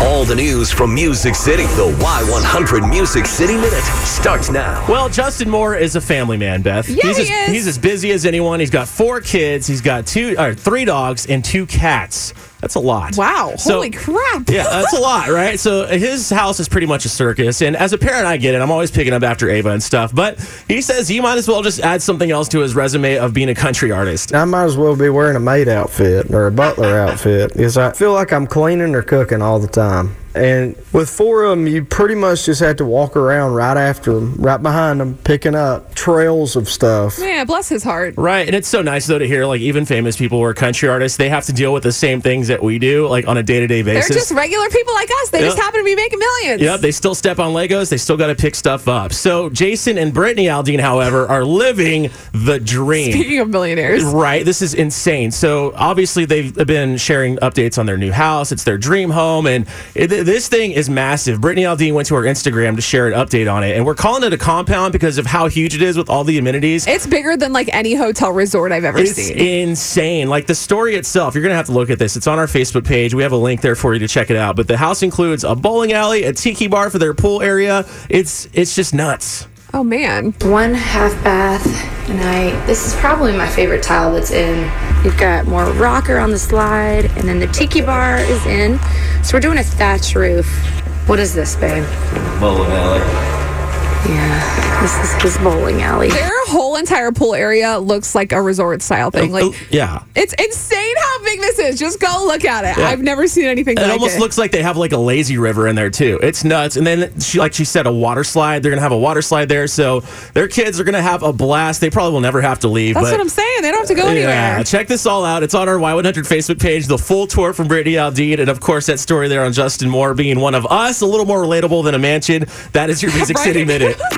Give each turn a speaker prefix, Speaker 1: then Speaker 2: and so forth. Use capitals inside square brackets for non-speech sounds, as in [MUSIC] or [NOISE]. Speaker 1: All the news from Music City. The Y100 Music City Minute starts now.
Speaker 2: Well, Justin Moore is a family man, Beth.
Speaker 3: Yeah,
Speaker 2: he's
Speaker 3: he
Speaker 2: as,
Speaker 3: is.
Speaker 2: He's as busy as anyone. He's got four kids. He's got two, or three dogs and two cats. That's a lot.
Speaker 3: Wow.
Speaker 2: So-
Speaker 3: Holy crap.
Speaker 2: Yeah,
Speaker 3: [LAUGHS]
Speaker 2: that's a lot, right? So his house is pretty much a circus. And as a parent, I get it. I'm always picking up after Ava and stuff. But he says he might as well just add something else to his resume of being a country artist.
Speaker 4: I might as well be wearing a maid outfit or a butler outfit because I feel like I'm cleaning or cooking all the time. And with four of them, you pretty much just had to walk around right after them, right behind them, picking up trails of stuff.
Speaker 3: Man, bless his heart.
Speaker 2: Right. And it's so nice, though, to hear like even famous people who are country artists, they have to deal with the same things that we do, like on a day to day
Speaker 3: They're
Speaker 2: basis.
Speaker 3: just regular people like us. They
Speaker 2: Yeah.
Speaker 3: just happen to be making millions.
Speaker 2: Yep, they still step on Legos. They still got to pick stuff up. So Jason and Brittany Aldean, however, are living the dream.
Speaker 3: Speaking of millionaires.
Speaker 2: Right. This is insane. So obviously they've been sharing updates on their new house. It's their dream home, and it, th- this thing is massive. Brittany Aldean went to her Instagram to share an update on it, and we're calling it a compound because of how huge it is with all the amenities.
Speaker 3: It's bigger than like any hotel resort I've ever
Speaker 2: It's
Speaker 3: seen.
Speaker 2: insane. Like the story itself, you're going to have to look at this. It's on our Facebook page. We have a link there for you to check it out. But the house includes a bowling alley, a tiki bar for their pool area. It's it's just nuts.
Speaker 3: oh man.
Speaker 5: one half bath and I this is probably my favorite tile that's in you've got more rocker on the slide and then the tiki bar is in so we're doing a thatch roof what is this babe
Speaker 6: Bowling alley.
Speaker 5: yeah this is his bowling alley
Speaker 3: Their whole entire pool area looks like a resort style thing. Like
Speaker 2: Oh, yeah.
Speaker 3: it's insane how big this is. Just go look at it.
Speaker 2: Yeah.
Speaker 3: I've never seen anything
Speaker 2: It
Speaker 3: like
Speaker 2: almost
Speaker 3: it.
Speaker 2: looks like they have like a lazy river in there too. It's nuts. And then she, like she said, a water slide. They're gonna have a water slide there, so their kids are gonna have a blast. They probably will never have to leave.
Speaker 3: That's
Speaker 2: but-
Speaker 3: what I'm saying. They don't have to go anywhere.
Speaker 2: Yeah, check this all out. It's on our Y100 Facebook page. The full tour from Brittany Aldean, and of course that
Speaker 3: [LAUGHS]
Speaker 2: story there on Justin Moore being one of us, a little more relatable than a mansion. That is your Music City
Speaker 3: Right.
Speaker 2: Minute.